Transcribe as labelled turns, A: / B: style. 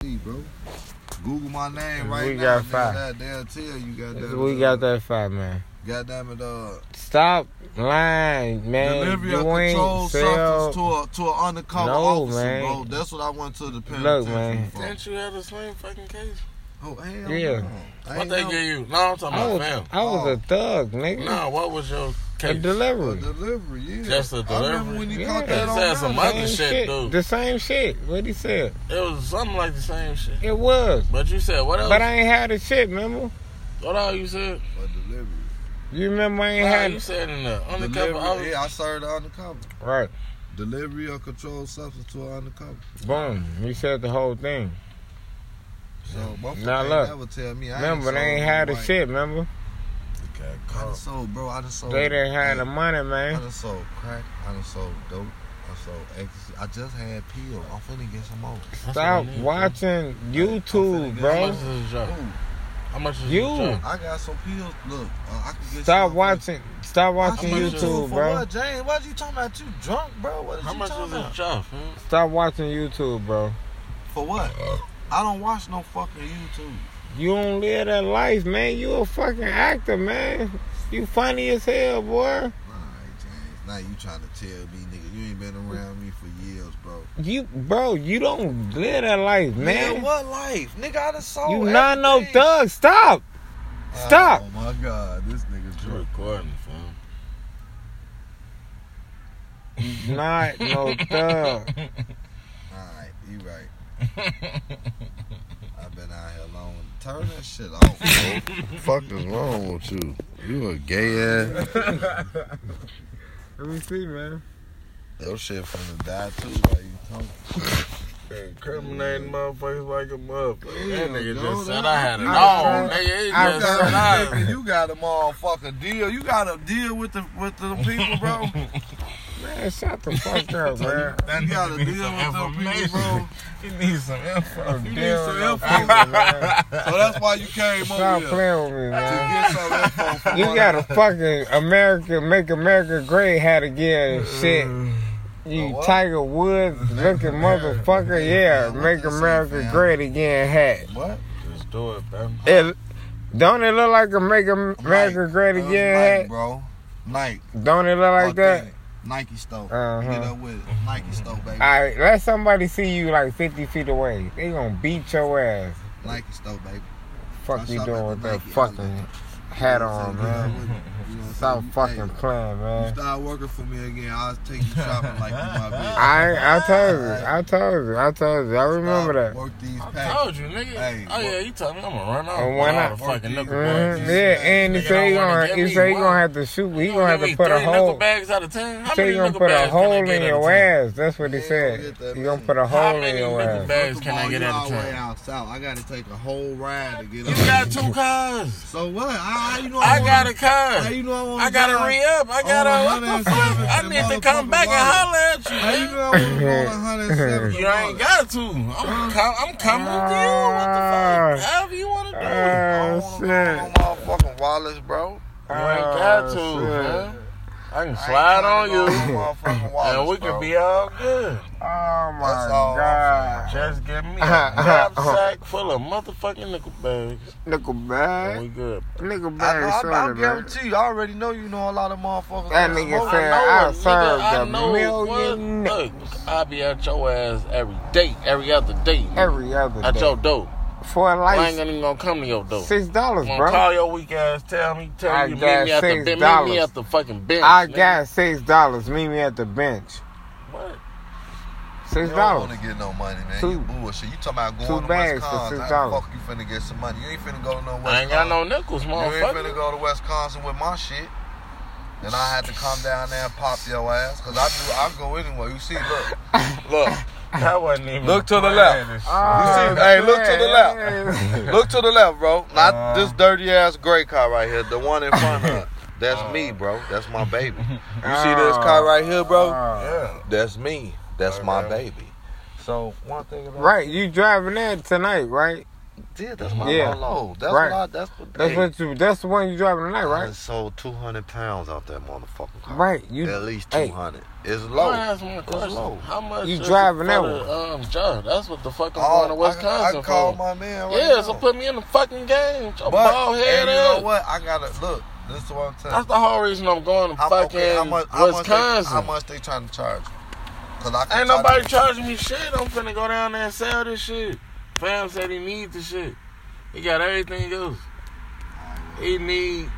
A: bro. Google my name right
B: We
A: now.
B: got
A: nigga,
B: five.
A: that- They'll tell you, goddamn. uh,
B: We got that five man.
A: Goddamn it, uh,
B: Stop lying, man.
A: delivery
B: you
A: of
B: ain't
A: controlled
B: sell-
A: substance to a to an undercover
B: No,
A: officer,
B: man.
A: bro. That's what I went to the
B: Look,
A: penitentiary
B: man.
A: for.
C: Didn't you have the same fucking case?
A: Oh, hell
B: Yeah.
A: no. I
C: What
A: ain't
C: they
A: know.
C: give you? No, I'm talking
B: I
C: about
B: was,
C: fam. oh.
B: I was a thug, nigga.
C: No, what was your
B: a
C: case?
A: A
B: delivery.
A: delivery, yeah.
C: Just a
A: I
C: delivery.
A: remember when you
B: Yeah.
A: caught
C: His
A: that on
C: ass a
A: camera.
C: monkey.
B: Same
C: shit, dude.
B: The same shit. What he said.
C: It was something like the same shit.
B: It was.
C: But you said what else?
B: But I ain't had the shit, remember?
C: what all you said?
A: A delivery.
B: You remember I ain't
C: Nah,
B: had
C: you said in the undercover.
A: Delivery,
C: officer.
A: yeah, I served the undercover.
B: Right.
A: Delivery of controlled substance to an undercover.
B: Boom. You said the whole thing.
A: So, motherfucker
B: Now,
A: ain't
B: look.
A: never tell me. I
B: Remember,
A: ain't
B: they ain't had the shit, remember?
A: I done sold, bro. I done sold.
B: They didn't have the money,
A: I
B: man.
A: done sold crack. I done sold dope. I sold ecstasy. I just had pills. I'm finna get some more.
C: That's what I
B: Stop
C: need,
B: watching YouTube,
C: How
B: bro.
C: much is this
A: Ooh,
C: drug? How much is
B: You.
C: this drug?
A: I got some pills. Look, uh, I can get.
B: Stop
A: some
B: watching. Stop watching
C: much is it
B: YouTube,
A: for
B: bro.
A: What, James? What you talking about? You drunk, bro? What is
C: How
A: you
C: much
A: talking
C: is this
A: about?
C: drug? man?
B: Stop watching YouTube, bro.
A: For what? I don't watch no fucking YouTube.
B: You don't live that life, man. You a fucking actor, man. You funny as hell, boy.
A: All right, James. Now you trying to tell me, nigga, you ain't been around me for years, bro.
B: You, bro, you don't live that life,
A: Nigga,
B: man.
A: what life? Nigga, I done sold
B: You not no
A: everything.
B: thug. Stop. Stop.
A: Oh my god, this nigga
C: You
A: drunk.
C: recording, fam?
B: Not no
A: Alright,
B: thug.
A: you right. I've been out here long. Turn that shit off, bro. Fuck is wrong with you? You a gay ass.
B: Let me see, man.
A: Your shit finna die too while you talking.
C: Incriminating motherfuckers like a motherfucker. That
A: Damn,
C: nigga
A: dude,
C: just said
A: that-
C: I had it
B: I'm
C: all.
B: trying-
C: Nigga, he
B: I'm
C: just
B: trying-
C: said I had
A: Nigga, you got a motherfucking deal. You got a deal with the with the people, bro.
B: Man, shut the fuck up, man.
C: That
A: You gotta
C: nigga need
A: deal
C: some
A: with them people,
C: information.
A: bro.
C: He needs some info.
A: You need
B: Damn,
A: some
B: no
A: info.
B: people, man.
A: So that's why you came
B: Stop
A: over here.
B: playing with me,
A: To
B: man.
A: get some info from
B: You
A: one
B: got a
A: another.
B: fucking America, make America great hat again and shit.
A: A
B: You
A: what?
B: Tiger Woods looking motherfucker, yeah,
A: what
B: make
A: they say,
B: America
A: fam?
B: great again hat.
A: What?
C: Just do it, fam.
B: It, don't it look like a make America
A: Nike.
B: great
A: It was Nike,
B: again
A: bro. Nike.
B: hat? Don't it look like that?
A: Authentic. Nike store.
B: Uh-huh.
A: Get up with it. Nike store, baby.
B: Alright, let somebody see you like 50 feet away. They gonna beat your ass.
A: Nike store, baby.
B: Fuck
A: That's
B: you
A: something
B: doing
A: that
B: with that
A: Nike
B: fucking
A: outlet.
B: hat
A: You know what I'm
B: on,
A: saying? Get
B: man.
A: up with it. You know what I'm
B: Stop
A: saying?
B: fucking
A: Hey,
B: playing,
A: You
B: man.
A: start working for me again. I'll take you shopping like you my bitch.
B: I I told you, I told you, I told you. I remember
A: Stop,
B: that.
A: Work these
C: I
A: packs.
C: told you, nigga.
A: Hey,
C: oh,
A: what-
C: yeah, you told me I'm gonna run off.
B: And
C: with
B: why
C: all
B: not?
C: the fucking
A: Mhm.
C: nickel
B: Mhm,
C: bags. You
B: Yeah,
A: Nigga,
B: and he
C: don't
B: say he
C: wanna
B: gonna,
C: give
B: he
C: me
B: say he
C: one.
B: gonna have to shoot. He
C: gonna
B: gonna have
C: give
B: to
C: me
B: put a
C: three nickel
B: hole.
C: bags out of ten. How
B: Say
C: many
B: he gonna
C: nickel
B: put a
C: bags can I
B: hole
C: get
B: in
C: at a
B: your
C: time?
B: ass. That's what he
A: Yeah, you
B: said.
A: get that
B: He gonna
A: money.
B: put a
C: How
B: hole in
C: many
B: your
C: nickel
B: ass.
C: bags
A: First of
C: can
A: all,
C: I get
A: you
C: at
A: all
C: a
A: the way
C: time?
A: out south. I gotta take a whole ride to get
C: You
A: up.
C: got two cars.
A: So what? I, I- you know I,
C: I got a
A: How
C: car.
A: you know I want
C: I gotta re up. I gotta. What
A: Oh,
C: the fuck? I need to come back and holler at you.
A: How you
C: man.
A: know I want to roll a hundred and seven?
C: You ain't got to. I'm, com- I'm coming with you. What
B: Ah.
C: the fuck? However you wanna do. it.
B: Oh shit!
A: motherfucking wallets, bro.
C: You ain't got to,
B: Oh,
C: man.
B: Ah, shit.
C: I can slide on you,
A: motherfucking wallets,
C: and we
A: bro.
C: can be all good.
B: Oh my
A: That's all I'm
B: god!
C: Just give me a
B: Uh-huh,
C: knapsack full of motherfucking nickel bags,
B: Nickel
C: and
B: bag,
C: we good.
B: nickel
A: I, know,
B: bag,
A: I, I
B: sorta, man.
A: guarantee you, I already know you know a lot of motherfuckers.
B: That nigga
A: I
B: said
A: know
B: I
C: a
B: served
C: I
B: a
C: know
B: million
C: what-
B: nickels
C: Look, I be at your ass every day, every other day. nigga.
B: every other
C: at your
B: day
C: door.
B: for
C: I ain't
B: life.
C: even gonna come to your door.
B: Six dollars,
C: I'm gonna
B: bro.
C: call your weak ass, tell me, tell
B: I
C: you, meet
B: got
C: me at the
B: six
C: bench, meet
B: dollars.
C: me at the fucking bench.
B: I
C: nigga.
B: got six dollars. Meet me at the bench.
C: What?
B: Six
A: You don't want
B: dollars.
A: to get no money, man.
B: Two-
A: you bullshit. You talking about going
B: two
A: to
B: bags
A: West
B: for
A: Cons.
B: six
A: How the
B: dollars.
A: fuck you finna get some money? You ain't finna go to no West
C: I ain't got
A: Cons.
C: no nickels,
A: You ain't finna
C: motherfucker.
A: go to Wisconsin with my shit. And I had to come down there and pop your ass. Cause I do I go anywhere. You see, look.
C: Look, that wasn't even.
A: Look to the
C: planned
A: left.
C: and shit.
B: Uh,
A: You
B: Ah,
A: see- hey, look to the
B: left.
A: Look to the left, bro. Not
B: Uh.
A: this dirty ass gray car right here. The one in front of her. That's me,
B: Uh-huh.
A: bro. That's my baby. You see this car right here, bro?
B: Uh-huh. Ah,
C: Yeah.
A: That's me. That's my
C: Okay.
A: baby. So one thing about
B: Right, you driving that tonight, right?
A: just did. That's my
B: Yeah.
A: Lolo. That's
B: Right.
A: my. That's what.
B: That's
A: hey,
B: what you. That's the one you driving tonight,
A: I done
B: right?
A: sold two hundred pounds out that motherfucking car.
B: Right. You
A: At least
B: hey.
A: two hundred. It's
C: Let
A: low.
C: me ask one
A: low.
C: question. How much
B: You
C: is it
B: driving
C: for
B: that
C: the,
B: one?
C: Um, job? That's what the fuck I'm
A: Oh,
C: going to Wisconsin
A: I, I called my
C: for.
A: man. Right
C: yeah, so
A: now.
C: put me in the fucking game.
A: But
C: Your bald head
A: and you know
C: ass.
A: what? I gotta look. This is what I'm telling.
C: That's the whole reason I'm going to
A: How,
C: fucking
A: okay, how much? How much, they,
C: Wisconsin.
A: how much they trying to charge? you? Cause I can
C: Ain't
A: charge
C: nobody charging me shit. I'm finna go down there and sell this shit. Fam said he needs the shit. He got everything else. He need